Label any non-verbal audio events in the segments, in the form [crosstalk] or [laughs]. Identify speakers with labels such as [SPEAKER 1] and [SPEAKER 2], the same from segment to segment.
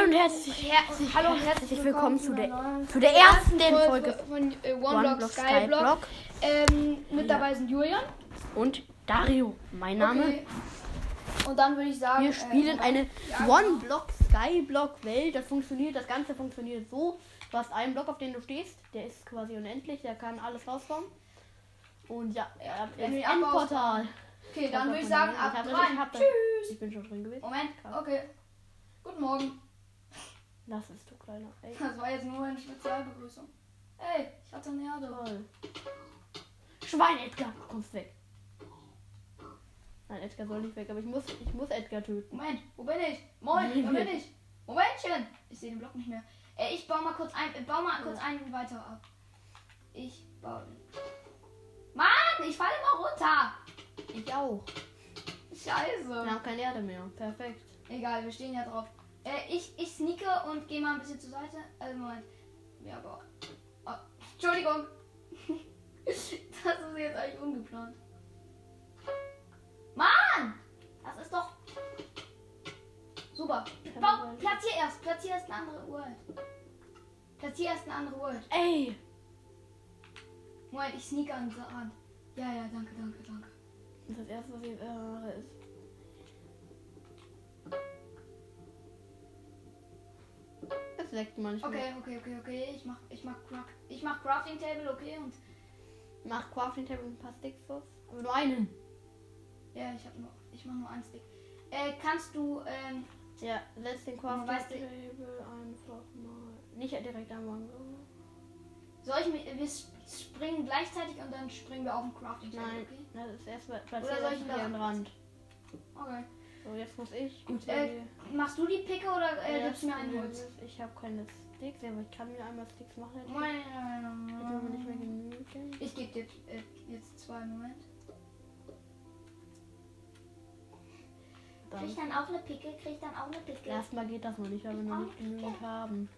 [SPEAKER 1] und herzlich,
[SPEAKER 2] Her und hallo und
[SPEAKER 1] herzlich willkommen zu der,
[SPEAKER 2] neuen
[SPEAKER 1] zu der ersten Folge
[SPEAKER 2] Folge von äh, One,
[SPEAKER 1] One
[SPEAKER 2] Block,
[SPEAKER 1] Block
[SPEAKER 2] Sky,
[SPEAKER 1] Sky
[SPEAKER 2] Block.
[SPEAKER 1] Block.
[SPEAKER 2] Ähm, mit dabei sind Julian.
[SPEAKER 1] und Dario, mein Name.
[SPEAKER 2] Okay. Und dann würde ich sagen,
[SPEAKER 1] Wir spielen
[SPEAKER 2] äh,
[SPEAKER 1] eine
[SPEAKER 2] ja.
[SPEAKER 1] One-Block-Sky-Block-Welt. Das funktioniert, das Ganze funktioniert so. Du hast einen Block, auf den du stehst. Der ist quasi unendlich, der kann alles rausbauen. Und ja, er ist
[SPEAKER 2] wenn
[SPEAKER 1] ein
[SPEAKER 2] wir abbauen-
[SPEAKER 1] Portal.
[SPEAKER 2] Okay, dann würde ich sagen, ab
[SPEAKER 1] hab-
[SPEAKER 2] rein.
[SPEAKER 1] ich hab-
[SPEAKER 2] Tschüss.
[SPEAKER 1] Ich bin schon drin gewesen.
[SPEAKER 2] Moment, okay. Guten Morgen. [laughs]
[SPEAKER 1] Das ist du kleiner. Ey,
[SPEAKER 2] Das war jetzt nur eine Spezialbegrüßung. Hey, ich hatte eine Erde.
[SPEAKER 1] toll. Schwein, Edgar, du kommst weg. Nein, Edgar soll nicht weg, aber ich muss, ich muss Edgar töten.
[SPEAKER 2] Moment, wo bin ich? Moin, wo bin ich? Momentchen. Ich sehe den Block nicht mehr. Äh, ich baue mal kurz ein, äh, baue mal kurz einen weiter ab. Ich baue. Mann, ich falle mal runter.
[SPEAKER 1] Ich auch.
[SPEAKER 2] Scheiße.
[SPEAKER 1] Wir haben keine Erde mehr. Perfekt.
[SPEAKER 2] Egal, wir stehen ja drauf. Äh, ich, ich sneake und gehe mal ein bisschen zur Seite. Also Moment. Ja, aber. Oh, Entschuldigung. [laughs] das ist jetzt eigentlich ungeplant. Mann! Das ist doch. Super. Bau, platzier erst. Platzier erst eine andere World. Platzier erst eine andere World.
[SPEAKER 1] Ey!
[SPEAKER 2] Moment, ich sneake an den Rand. Ja, ja, danke, danke, danke.
[SPEAKER 1] Das erste, was ich jetzt mache, ist. Es leckt manchmal.
[SPEAKER 2] Okay, okay, okay, okay. Ich mach, ich mach, Craft, ich mach Crafting Table, okay? Und.
[SPEAKER 1] Mach Crafting Table und ein paar Sticks drauf. Aber nur einen.
[SPEAKER 2] Ja, ich hab nur, ich mach nur einen Stick. Äh, kannst du, ähm,
[SPEAKER 1] Ja, setz den Crafting
[SPEAKER 2] weißt du-
[SPEAKER 1] Table einfach mal. Nicht direkt am Wang.
[SPEAKER 2] soll ich mir, wir s- springen gleichzeitig und dann springen wir auf den Crafting Table,
[SPEAKER 1] Nein,
[SPEAKER 2] okay?
[SPEAKER 1] das ist erstmal
[SPEAKER 2] Oder soll ich
[SPEAKER 1] platziert
[SPEAKER 2] ihn
[SPEAKER 1] hier
[SPEAKER 2] da-
[SPEAKER 1] am Rand.
[SPEAKER 2] Okay.
[SPEAKER 1] So, jetzt muss ich. Gut,
[SPEAKER 2] Äh, machst du die Picke oder äh, gibst du mir einen Holz?
[SPEAKER 1] Ich habe keine Sticks, aber ich kann mir einmal Sticks machen. Jetzt
[SPEAKER 2] Moin.
[SPEAKER 1] haben wir nicht mehr genügend.
[SPEAKER 2] Ich geb dir äh, jetzt zwei, Moment.
[SPEAKER 1] Dann-
[SPEAKER 3] Krieg ich dann auch eine Picke? Krieg ich dann auch eine Picke?
[SPEAKER 1] Erstmal geht das noch nicht, weil wir noch nicht genügend haben.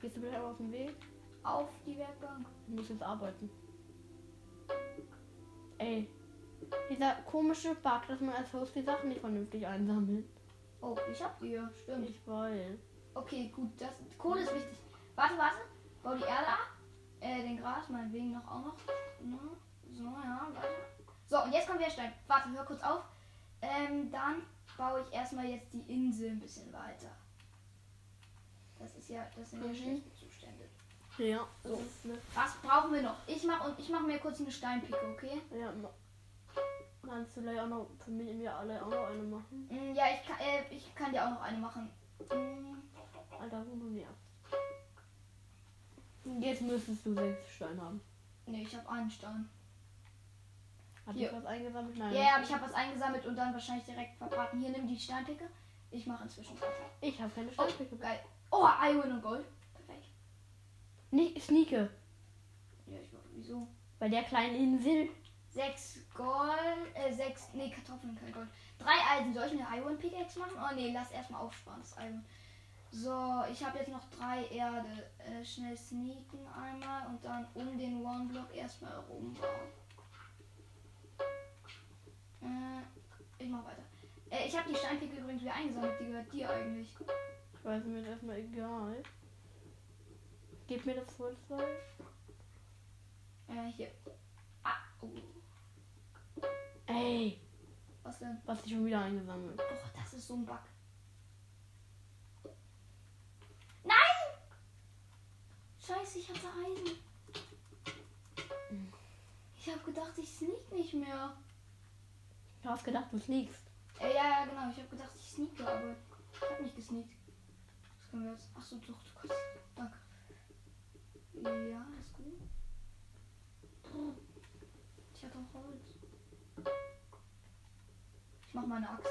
[SPEAKER 1] Gehst du bitte einmal auf den Weg?
[SPEAKER 2] Auf die Werkbank.
[SPEAKER 1] Ich muss jetzt arbeiten. Ey. Dieser komische Bug, dass man als Host die Sachen nicht vernünftig einsammelt.
[SPEAKER 2] Oh, ich hab die, ja, stimmt.
[SPEAKER 1] Ich weiß.
[SPEAKER 2] Okay, gut, das, Kohle ist wichtig. Warte, warte. Bau die Erde ab. Äh, den Gras, meinetwegen noch auch noch. Ne? So, ja, weiter. So, und jetzt kommt der Stein. Warte, hör kurz auf. Ähm, dann baue ich erstmal jetzt die Insel ein bisschen weiter. Das ist ja, das sind ja
[SPEAKER 1] Mhm.
[SPEAKER 2] schlechte Zustände.
[SPEAKER 1] Ja, so.
[SPEAKER 2] So.
[SPEAKER 1] Ist ne, eine,
[SPEAKER 2] Was brauchen wir noch? Ich mach und ich mach mir kurz eine Steinpicke, okay?
[SPEAKER 1] ja, ma- kannst du gleich auch noch für mich mir alle auch noch eine machen?
[SPEAKER 2] Mm, ja, ich kann, äh, ich kann dir auch noch eine machen. Mm,
[SPEAKER 1] Alter, wo du mir ab. Jetzt müsstest du sechs Steine haben.
[SPEAKER 2] nee, ich habe einen Stein.
[SPEAKER 1] Hat
[SPEAKER 2] Hier.
[SPEAKER 1] ich was eingesammelt? Nein.
[SPEAKER 2] Ja, aber ich habe was eingesammelt und dann wahrscheinlich direkt verbraten. Hier, nimm die Steinpicke. Ich mache inzwischen weiter.
[SPEAKER 1] Ich habe keine
[SPEAKER 2] Oh,
[SPEAKER 1] Steinpicke.
[SPEAKER 2] geil. Oh, I win und Gold. Perfekt.
[SPEAKER 1] Nee, Sneake.
[SPEAKER 2] Ja, ich mach, wieso?
[SPEAKER 1] Bei der kleinen Insel.
[SPEAKER 2] Sechs Gold, äh, sechs, nee, Kartoffeln, kein Gold. Drei Eisen. Soll ich eine Iron Pickaxe machen? Oh, nee, lass erstmal aufsparen, das Iron. So, ich habe jetzt noch drei Erde. Äh, schnell sneaken einmal und dann um den One-Block erstmal rumbauen. Äh, ich mach weiter. Äh, ich habe die Steinpicke übrigens wieder eingesammelt. Die gehört dir eigentlich.
[SPEAKER 1] Ich weiß mir jetzt erstmal egal. Gib mir das Holzfall.
[SPEAKER 2] Äh, hier. Ah, oh,
[SPEAKER 1] Ey,
[SPEAKER 2] was denn?
[SPEAKER 1] was ich schon wieder eingesammelt.
[SPEAKER 2] Oh, das ist so ein Bug. Nein! Scheiße, ich hatte Eisen. Ich habe gedacht, ich sneak nicht mehr.
[SPEAKER 1] Du hast gedacht, du sneakst.
[SPEAKER 2] Äh, ja, ja, genau. Ich habe gedacht, ich sneake, aber ich habe nicht gesneakt. Das können wir jetzt. Ach so, doch, du kannst. Danke. Ja, ist gut. Ich hatte auch Holz. Ich mach meine Axt.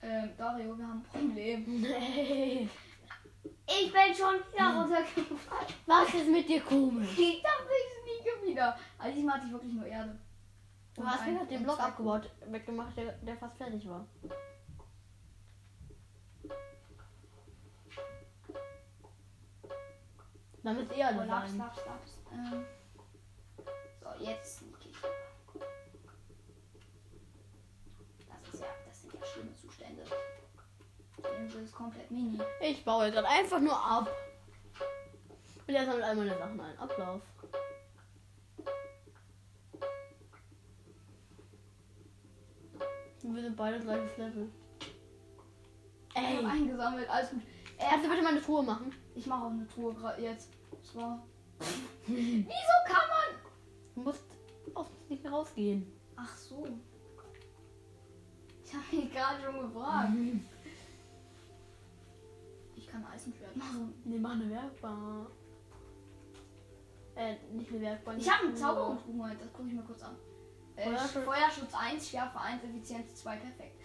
[SPEAKER 2] Ähm, Dario, wir haben ein
[SPEAKER 1] [laughs]
[SPEAKER 2] Problem.
[SPEAKER 1] Nee.
[SPEAKER 2] Ich bin schon wieder
[SPEAKER 1] Hm.
[SPEAKER 2] runtergefallen. [laughs]
[SPEAKER 1] Was ist mit dir komisch?
[SPEAKER 2] Ich dachte, ich sneake wieder. Also diesmal hatte ich wirklich nur Erde.
[SPEAKER 1] Du
[SPEAKER 2] Und
[SPEAKER 1] hast
[SPEAKER 2] ein-
[SPEAKER 1] mir den
[SPEAKER 2] und
[SPEAKER 1] Block
[SPEAKER 2] zwei-
[SPEAKER 1] abgebaut, weggemacht, der, der fast fertig war. Dann ist eh
[SPEAKER 2] Oh,
[SPEAKER 1] alle
[SPEAKER 2] Laps,
[SPEAKER 1] sein.
[SPEAKER 2] Laps, Laps. Ähm. So, jetzt sneake ich. Das ist ja, das sind ja schlimme Zustände. Die Insel ist komplett mini.
[SPEAKER 1] Ich baue gerade einfach nur ab. Und er sammelt halt all meine Sachen ein. Ablauf. Und wir sind beide gleiches Level.
[SPEAKER 2] Ich
[SPEAKER 1] Ey,
[SPEAKER 2] habe eingesammelt, alles gut.
[SPEAKER 1] kannst
[SPEAKER 2] Äh,
[SPEAKER 1] du bitte meine Truhe machen?
[SPEAKER 2] ich mache auch eine Tour gerade jetzt. Das [laughs] war. Wieso kann man.
[SPEAKER 1] Du musst aus nicht mehr rausgehen.
[SPEAKER 2] Ach so. Ich habe mich gerade schon [laughs] gefragt. Ich kann Eisenschwert machen.
[SPEAKER 1] Nee, mach eine Werkbank. Äh, nicht eine Werkbank.
[SPEAKER 2] Ich habe einen
[SPEAKER 1] eine
[SPEAKER 2] Zauberungsbuch, Moment, das gucke ich mir kurz an. Äh,
[SPEAKER 1] Feuerschutz-
[SPEAKER 2] Feuerschutz 1, Schärfe 1, Effizienz 2, perfekt.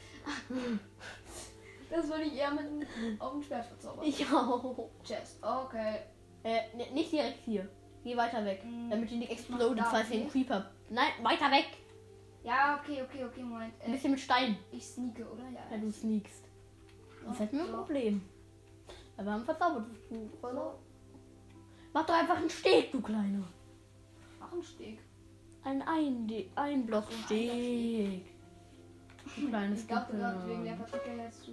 [SPEAKER 2] Das würde ich eher mit einem auf dem Schwert verzaubern.
[SPEAKER 1] Ich auch.
[SPEAKER 2] Chest, okay.
[SPEAKER 1] Äh, ne, nicht direkt hier. Geh weiter weg.
[SPEAKER 2] Mm.
[SPEAKER 1] Damit die nicht explodet,
[SPEAKER 2] da,
[SPEAKER 1] falls hier ein
[SPEAKER 2] okay.
[SPEAKER 1] Creeper. Nein, weiter weg.
[SPEAKER 2] Ja, okay, okay, okay, Moment.
[SPEAKER 1] Ein
[SPEAKER 2] Äh,
[SPEAKER 1] bisschen mit Stein,
[SPEAKER 2] ich sneake, oder? Ja.
[SPEAKER 1] wenn du sneakst. Das hätten wir ein
[SPEAKER 2] doch.
[SPEAKER 1] Problem. Aber wir haben verzaubertes Buch, oder?
[SPEAKER 2] So,
[SPEAKER 1] Mach doch einfach einen Steg, du Kleiner.
[SPEAKER 2] mach einen Steg.
[SPEAKER 1] Ein ein, ein Block Steg. Du kleines
[SPEAKER 2] Ich glaube, du sagst wegen der
[SPEAKER 1] Gipfel.
[SPEAKER 2] Partikel hältst du.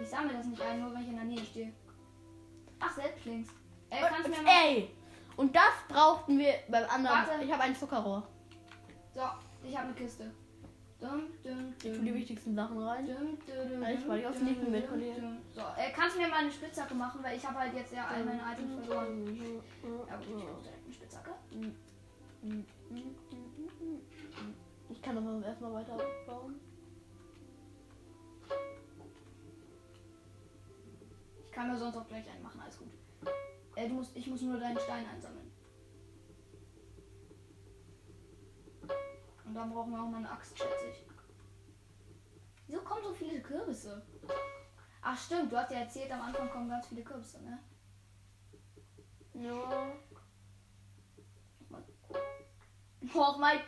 [SPEAKER 2] Ich sammle das nicht ein, nur wenn ich in der Nähe stehe. Ach, selbst links. Äh, kannst du mir mal.
[SPEAKER 1] Ey! Und das brauchten wir beim anderen.
[SPEAKER 2] Warte.
[SPEAKER 1] Ich habe ein Zuckerrohr.
[SPEAKER 2] So, ich habe eine Kiste. Dum, dum,
[SPEAKER 1] Ich tue die
[SPEAKER 2] dum.
[SPEAKER 1] wichtigsten Sachen rein.
[SPEAKER 2] Dum, dum, dum,
[SPEAKER 1] Ich wollte
[SPEAKER 2] dum,
[SPEAKER 1] aufs Nicken
[SPEAKER 2] dum,
[SPEAKER 1] mit von
[SPEAKER 2] dum,
[SPEAKER 1] dir.
[SPEAKER 2] dum. So, äh, kannst du mir mal eine Spitzhacke machen, weil ich habe halt jetzt ja all meine Items verloren. Ja, gut, ich brauche direkt eine Spitzhacke.
[SPEAKER 1] Ich kann aber erstmal weiter bauen.
[SPEAKER 2] Ich kann mir sonst auch gleich einen machen, alles gut. Äh, du musst, ich muss nur deinen Stein einsammeln. Und dann brauchen wir auch mal eine Axt, schätze ich. Wieso kommen so viele Kürbisse? Ach stimmt, du hast ja erzählt, am Anfang kommen ganz viele Kürbisse, ne? [laughs]
[SPEAKER 1] Ja.
[SPEAKER 2] Och mein...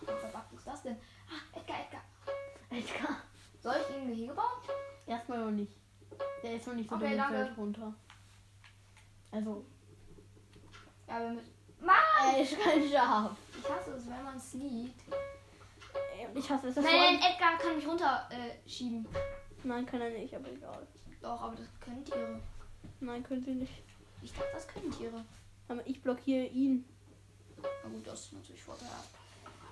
[SPEAKER 2] Was ist das denn? Ah, Edgar, Edgar.
[SPEAKER 1] Edgar.
[SPEAKER 2] Soll ich ihm ein Gehege bauen?
[SPEAKER 1] Erstmal noch nicht. Der ist noch nicht so
[SPEAKER 2] Okay,
[SPEAKER 1] okay, dumm und
[SPEAKER 2] danke.
[SPEAKER 1] fällt runter. Also,
[SPEAKER 2] Ja, wir müssen... Mann!
[SPEAKER 1] [laughs] er ist kein Schaf.
[SPEAKER 2] Ich hasse es, wenn man sneakt.
[SPEAKER 1] Ich hasse es. das
[SPEAKER 2] Nein,
[SPEAKER 1] Wort-
[SPEAKER 2] Edgar kann mich runterschieben. Äh, schieben.
[SPEAKER 1] Nein, kann er nicht, aber egal.
[SPEAKER 2] Doch, aber das können Tiere.
[SPEAKER 1] Nein, können sie nicht.
[SPEAKER 2] Ich dachte, das können Tiere.
[SPEAKER 1] Aber ich blockiere ihn.
[SPEAKER 2] Na gut, das ist natürlich vorteilhaft.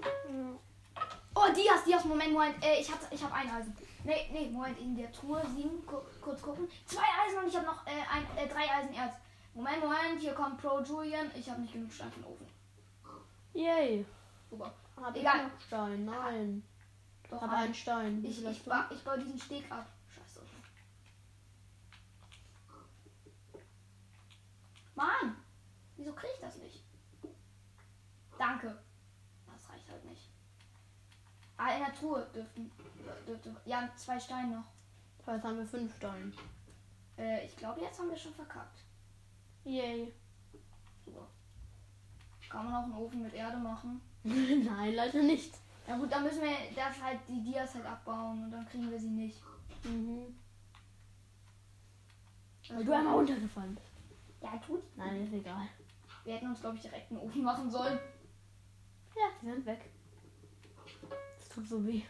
[SPEAKER 1] Ja.
[SPEAKER 2] Oh, Dias, Dias, Moment, Moment. Äh, ich, hab, ich hab ein Eisen. Nee, nee, Moment, in der Truhe sieben, ku kurz gucken. Zwei Eisen und ich hab noch äh, ein, äh, drei Eisenerz. Moment, Moment, hier kommt Pro Julian. Ich hab nicht genug Stein für den Ofen.
[SPEAKER 1] Yay.
[SPEAKER 2] Super.
[SPEAKER 1] Hab
[SPEAKER 2] Egal.
[SPEAKER 1] ich noch Stein? Nein.
[SPEAKER 2] Doch,
[SPEAKER 1] Hab
[SPEAKER 2] ein-
[SPEAKER 1] einen Stein. Wie
[SPEAKER 2] Ich,
[SPEAKER 1] viel
[SPEAKER 2] ich,
[SPEAKER 1] hast du?
[SPEAKER 2] ba ich baue diesen Steg ab. Scheiße. Mann! Wieso krieg ich das nicht? Danke. Das reicht halt nicht. Ah, in der Truhe dürften. Dürfte, ja, zwei Steine noch.
[SPEAKER 1] So, Jetzt haben wir fünf Steine.
[SPEAKER 2] Äh, ich glaube, jetzt haben wir schon verkackt.
[SPEAKER 1] Yay. [laughs]
[SPEAKER 2] Super. Kann man auch einen Ofen mit Erde machen.
[SPEAKER 1] Nein, leider nicht.
[SPEAKER 2] Na gut, dann müssen wir das halt, die Dias halt abbauen und dann kriegen wir sie nicht.
[SPEAKER 1] Mhm.
[SPEAKER 2] Also
[SPEAKER 1] Weil du einmal runtergefallen bist.
[SPEAKER 2] Ja, tut.
[SPEAKER 1] Nein, ist egal.
[SPEAKER 2] Wir hätten uns, glaube ich, direkt einen Ofen machen sollen.
[SPEAKER 1] Ja, die sind weg. Das tut so weh.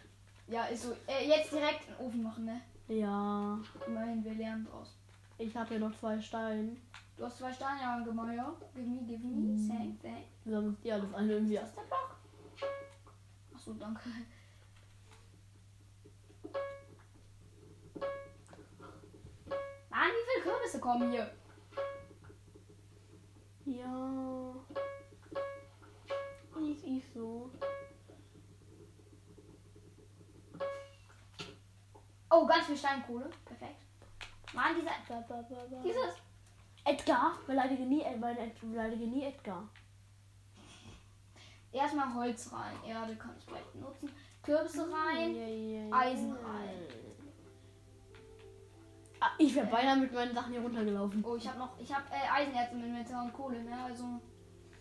[SPEAKER 2] Ja, ist so. Äh, jetzt direkt einen Ofen machen, ne?
[SPEAKER 1] Ja.
[SPEAKER 2] Immerhin, wir lernen draus.
[SPEAKER 1] Ich habe hier noch zwei Steine.
[SPEAKER 2] Du hast zwei Steine angemalt, ja? Give me, give me, thank, thank.
[SPEAKER 1] Wir haben uns die alles alle irgendwie
[SPEAKER 2] Ja. Ist das der Block? Achso, danke. Mann, wie viele Kürbisse kommen hier?
[SPEAKER 1] Ja. Ich, ich so.
[SPEAKER 2] Oh, ganz viel Steinkohle. Perfekt. Mann, dieser.
[SPEAKER 1] Ba, ba, ba, ba.
[SPEAKER 2] Dieses.
[SPEAKER 1] Edgar, beleidige nie, Ed- meine Ed, beleidige nie Edgar.
[SPEAKER 2] Erstmal Holz rein. Erde kann ich gleich benutzen.
[SPEAKER 1] Mhm.
[SPEAKER 2] Kürbisse rein.
[SPEAKER 1] Eisenrein.
[SPEAKER 2] Eisen rein.
[SPEAKER 1] Ah, ich wäre beinahe mit meinen Sachen hier runtergelaufen.
[SPEAKER 2] Oh, ich hab noch. Ich hab äh, Eisenerz im Inventar und Kohle, ne? Also.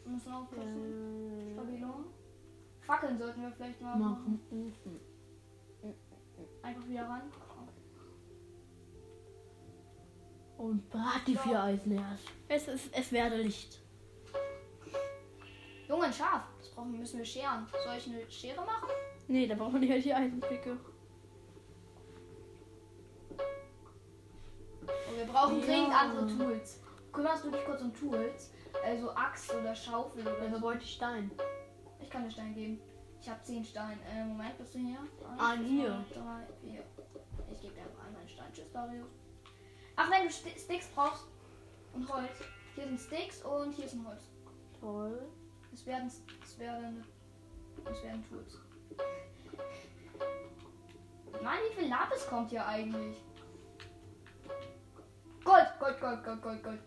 [SPEAKER 2] Wir müssen aufpassen.
[SPEAKER 1] Äh,
[SPEAKER 2] Stabilo. Fackeln sollten wir vielleicht mal machen.
[SPEAKER 1] Machen.
[SPEAKER 2] Einfach wieder ran.
[SPEAKER 1] Und brat die vier Eisen erst. Es, ist, es werde Licht.
[SPEAKER 2] Junge, ein Schaf. Das brauchen müssen wir scheren. Soll ich eine Schere machen?
[SPEAKER 1] halt Nee, da braucht man nicht die Eisenpicke.
[SPEAKER 2] brauchen
[SPEAKER 1] Ja.
[SPEAKER 2] dringend andere Tools. Kümmerst du dich kurz um Tools? Also Axt oder Schaufel oder
[SPEAKER 1] Also
[SPEAKER 2] so.
[SPEAKER 1] wollte ich Stein.
[SPEAKER 2] Ich kann dir Stein geben. Ich habe 10 Stein. Äh, Moment, bist du hier? Eins,
[SPEAKER 1] Ah, hier.
[SPEAKER 2] zwei, Drei, vier. Ich gebe dir einfach einmal einen Stein. Tschüss, Dario. Ach, wenn du Sti- Sticks brauchst und Holz. Hier sind Sticks und hier ist ein Holz.
[SPEAKER 1] Toll.
[SPEAKER 2] Es werden, es werden, es werden Tools. Mann, wie viel Lapis kommt hier eigentlich? Gold, Gold, Gold, Gold, Gold, Gold.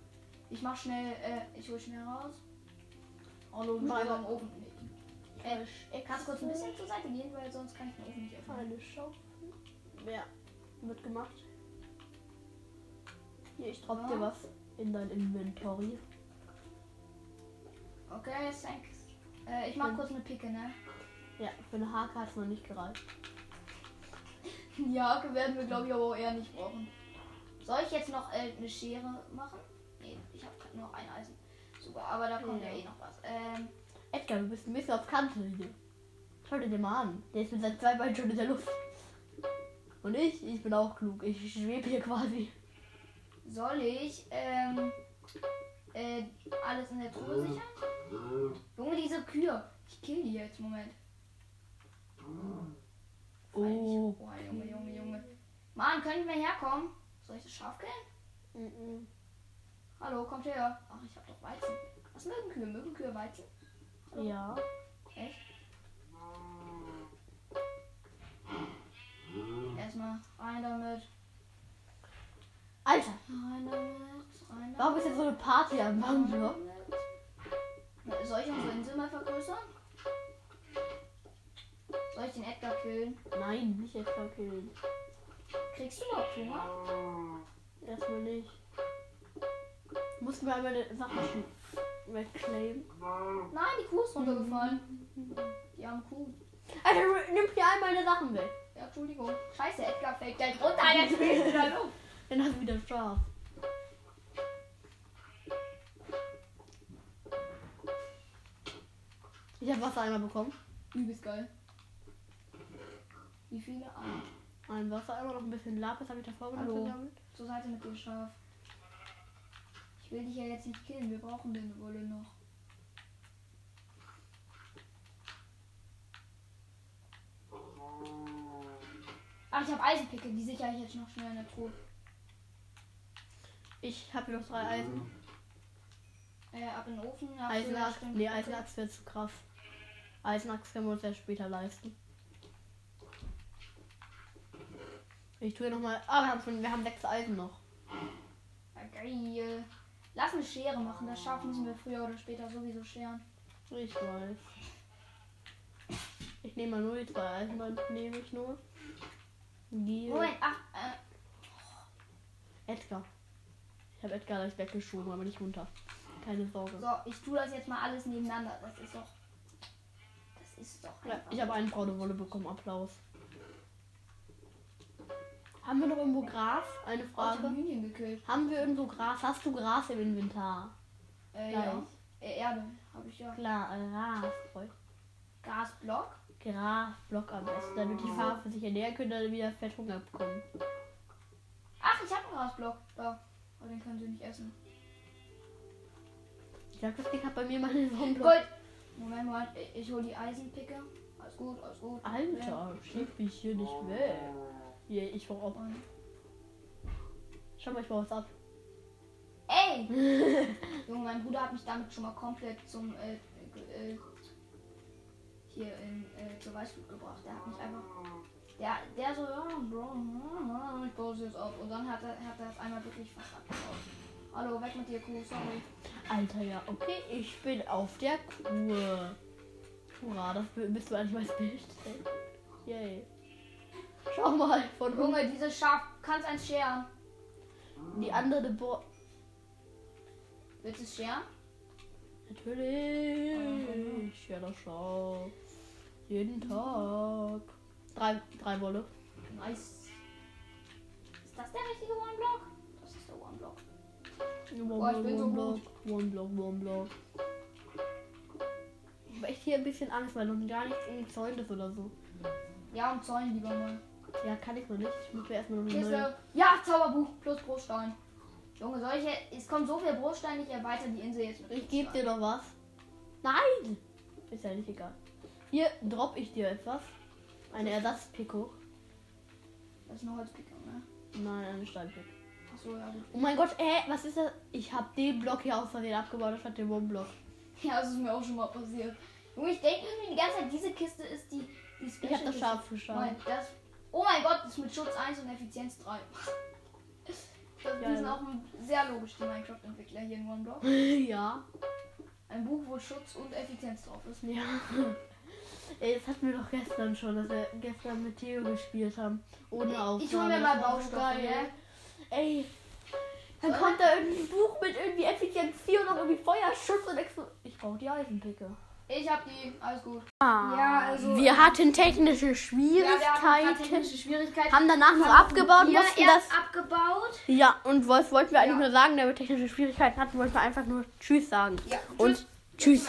[SPEAKER 2] Ich mach schnell, äh, ich hol schnell raus.
[SPEAKER 1] Oh, no,
[SPEAKER 2] Und
[SPEAKER 1] mal
[SPEAKER 2] schnell am
[SPEAKER 1] mal
[SPEAKER 2] Ofen. Äh, kannst du kurz ein bisschen zur Seite gehen, weil sonst kann ich den Ofen nicht öffnen.
[SPEAKER 1] eine Schaufel. Ja, wird gemacht. Hier, ich drop dir was in dein Inventory.
[SPEAKER 2] Okay, thanks. Äh, ich mach kurz eine Picke, ne?
[SPEAKER 1] Ja, für eine Hake hat es noch nicht gereicht.
[SPEAKER 2] Ja, werden wir glaube ich aber auch eher nicht brauchen. Soll ich jetzt noch äh, eine Schere machen? Nee, ich habe nur noch ein Eisen. Super, aber da kommt ja,
[SPEAKER 1] Ja.
[SPEAKER 2] eh noch was. Ähm,
[SPEAKER 1] Edgar, du bist ein bisschen auf Kante hier. Schau dir den mal an. Der ist mit seinen zwei Beinen schon in der Luft. Und ich, ich bin auch klug. Ich schwebe hier quasi.
[SPEAKER 2] soll ich ähm, äh, alles in der Truhe sichern? Junge, diese Kühe. Ich kill die jetzt, Moment.
[SPEAKER 1] Oh.
[SPEAKER 2] Boah, Junge, Junge, Junge. Mann, könnt ihr mal herkommen? Soll ich das Schaf killen?
[SPEAKER 1] Mhm.
[SPEAKER 2] Hallo, kommt her. Ach, ich hab doch Weizen. Was mögen Kühe? Mögen Kühe Weizen?
[SPEAKER 1] Ja.
[SPEAKER 2] Echt? Erstmal rein damit.
[SPEAKER 1] Alter,
[SPEAKER 2] Rein damit. Rein damit.
[SPEAKER 1] warum ist jetzt so eine Party am Banjo?
[SPEAKER 2] Na, Soll ich unsere Insel mal vergrößern? Soll ich den Edgar killen?
[SPEAKER 1] Nein, nicht Edgar killen.
[SPEAKER 2] Kriegst du noch Hunger?
[SPEAKER 1] Erstmal nicht. Mussten wir einmal eine Sache wegclaimen.
[SPEAKER 2] Nein, die Kuh ist runtergefallen. Die arme Kuh.
[SPEAKER 1] Alter, nimm hier einmal deine Sachen weg.
[SPEAKER 2] Ja, Entschuldigung. Scheiße, Edgar fällt gleich runter. [laughs] Jetzt bin ich in der Luft.
[SPEAKER 1] Dann hast du wieder Schaf. Ich habe Wasser einmal bekommen.
[SPEAKER 2] Übelst geil. Wie viele? Ah,
[SPEAKER 1] Ein Wasser immer noch ein bisschen Lapis habe ich davor
[SPEAKER 2] Hallo.
[SPEAKER 1] genommen.
[SPEAKER 2] zur Seite mit dem Schaf. Ich will dich ja jetzt nicht killen. Wir brauchen den Wolle noch. Ach, Ah, ich habe Eisenpicke. Die sichere ich jetzt noch schnell in der Truhe.
[SPEAKER 1] Ich habe hier noch drei Eisen.
[SPEAKER 2] Äh, ab in den Ofen. ab zu der
[SPEAKER 1] Eisenachs.
[SPEAKER 2] Stimmt-
[SPEAKER 1] Nee, Eisenachs wäre zu krass. Eisenachs können wir uns ja später leisten. Ich tue hier nochmal. Ah, wir haben, schon, wir haben sechs Eisen noch.
[SPEAKER 2] Ah, Geil. Lass eine Schere machen. Das Schaf müssen wir früher oder später sowieso scheren.
[SPEAKER 1] Ich weiß. Ich nehme mal nur die zwei Eisenbahn, nehme ich nur. Die
[SPEAKER 2] Moment, ach, äh,
[SPEAKER 1] Edgar. Ich habe Edgar gleich weggeschoben, aber nicht runter. Keine Sorge.
[SPEAKER 2] so, ich tue das jetzt mal alles nebeneinander. Das ist doch. Das ist doch
[SPEAKER 1] Ja,
[SPEAKER 2] einfach. Oh,
[SPEAKER 1] ich habe eine braune Wolle bekommen. Applaus. Haben wir noch irgendwo Gras? Eine
[SPEAKER 2] Oh, ich hab
[SPEAKER 1] Frage.
[SPEAKER 2] Hühnchen gekillt.
[SPEAKER 1] Haben wir irgendwo Gras? Hast du Gras im Inventar?
[SPEAKER 2] Äh,
[SPEAKER 1] Gleich.
[SPEAKER 2] ja. Äh, Erde habe ich ja.
[SPEAKER 1] Klar, äh, Gras. voll.
[SPEAKER 2] Gasblock.
[SPEAKER 1] Gras, Block am besten, damit die Farbe sich ernähren können, dann wieder Fetthunger bekommen.
[SPEAKER 2] Ach, ich habe einen Gasblock. Da. Aber den können sie nicht essen.
[SPEAKER 1] Ich glaube, das Ding hat bei mir mal einen Sonnenblock.
[SPEAKER 2] Gold. Moment mal, ich- ich hol die Eisenpicke. Alles gut, alles gut.
[SPEAKER 1] Alter, schieb mich hier nicht weg. Hier, ich hau ab.
[SPEAKER 2] Und-
[SPEAKER 1] Schau mal, ich hau was ab.
[SPEAKER 2] Ey! Junge, mein Bruder hat mich damit schon mal komplett zum äh, äh, hier in, äh, zur Weißflut gebracht. Der hat mich einfach. Der, der so, ja, Bro, hm, hm, ich baue sie jetzt auf. Und dann hat er, hat er das einmal wirklich fast abgebaut. Hallo, weg mit dir, Kuh, sorry.
[SPEAKER 1] Alter, ja, okay, ich bin auf der Kur. Hurra, das bi- bist du eigentlich mein Bild. Yay. Schau mal, von oben.
[SPEAKER 2] Junge, dieses Schaf, kannst eins scheren.
[SPEAKER 1] Die andere Bo
[SPEAKER 2] Willst du es scheren?
[SPEAKER 1] Natürlich. Ja, das schau. Jeden Tag. Drei, drei Wolle.
[SPEAKER 2] Nice. Ist das der richtige One-Block? Das ist der One-Block.
[SPEAKER 1] One,
[SPEAKER 2] Boah, ich bin so
[SPEAKER 1] Block, one Block, one Block. Ich hab echt hier ein bisschen Angst, weil noch gar nichts umzäunt ist oder so.
[SPEAKER 2] Ja, und Zäun lieber mal.
[SPEAKER 1] Ja, kann ich noch nicht. Ich muss mir erstmal noch
[SPEAKER 2] Hier
[SPEAKER 1] eine
[SPEAKER 2] ist
[SPEAKER 1] neue.
[SPEAKER 2] der, ja, Zauberbuch plus Großstein. Junge, solche. Es kommt so viel Bruchstein, ich erweitere die Insel jetzt mit.
[SPEAKER 1] Ich gebe dir doch was. Nein! Ist ja nicht egal. Hier drop ich dir etwas. Eine Ersatzpico.
[SPEAKER 2] Das ist eine Holzpicke, ne?
[SPEAKER 1] Nein, eine Steinpick.
[SPEAKER 2] Achso, ja, gut. [laughs]
[SPEAKER 1] Oh mein Gott, äh, was ist das? Ich habe den Block hier aus Versehen abgebaut, statt den Wurmblock.
[SPEAKER 2] Ja, das ist mir auch schon mal passiert. Junge, ich denke irgendwie die ganze Zeit, diese Kiste ist die. die
[SPEAKER 1] Ich habe das
[SPEAKER 2] Special-Kiste.
[SPEAKER 1] scharf geschafft.
[SPEAKER 2] Nein, das. Oh mein Gott, das ist mit Schutz 1 und Effizienz 3. [laughs] Das die
[SPEAKER 1] Ja,
[SPEAKER 2] sind
[SPEAKER 1] ja.
[SPEAKER 2] auch sehr logisch, die Minecraft-Entwickler hier in
[SPEAKER 1] [laughs]
[SPEAKER 2] OneBlock.
[SPEAKER 1] ja.
[SPEAKER 2] Ein Buch, wo Schutz und Effizienz drauf ist.
[SPEAKER 1] Ja. [laughs] Ey, das hatten wir doch gestern schon, dass wir gestern mit Theo gespielt haben. Ohne Aufnahme.
[SPEAKER 2] Ich hol mir mal
[SPEAKER 1] Das war so
[SPEAKER 2] Baustoffe,
[SPEAKER 1] geil.
[SPEAKER 2] ne?
[SPEAKER 1] Ey. Dann kommt da irgendwie ein Buch mit irgendwie Effizienz 4 und noch irgendwie Feuerschutz und Expo. Ich brauche die Eisenpicke.
[SPEAKER 2] Ich hab die, alles gut.
[SPEAKER 1] Ja,
[SPEAKER 2] also-
[SPEAKER 1] Ah. Wir hatten technische
[SPEAKER 2] wir hatten ein paar
[SPEAKER 1] Schwierigkeiten.
[SPEAKER 2] technische Schwierigkeiten.
[SPEAKER 1] haben danach noch abgebaut,
[SPEAKER 2] Hier
[SPEAKER 1] mussten das.
[SPEAKER 2] erst abgebaut.
[SPEAKER 1] Ja, und Wolf wollten wir eigentlich
[SPEAKER 2] Ja.
[SPEAKER 1] nur sagen, da wir technische Schwierigkeiten hatten, wollten wir einfach nur Tschüss sagen.
[SPEAKER 2] Ja,
[SPEAKER 1] Und tschüss.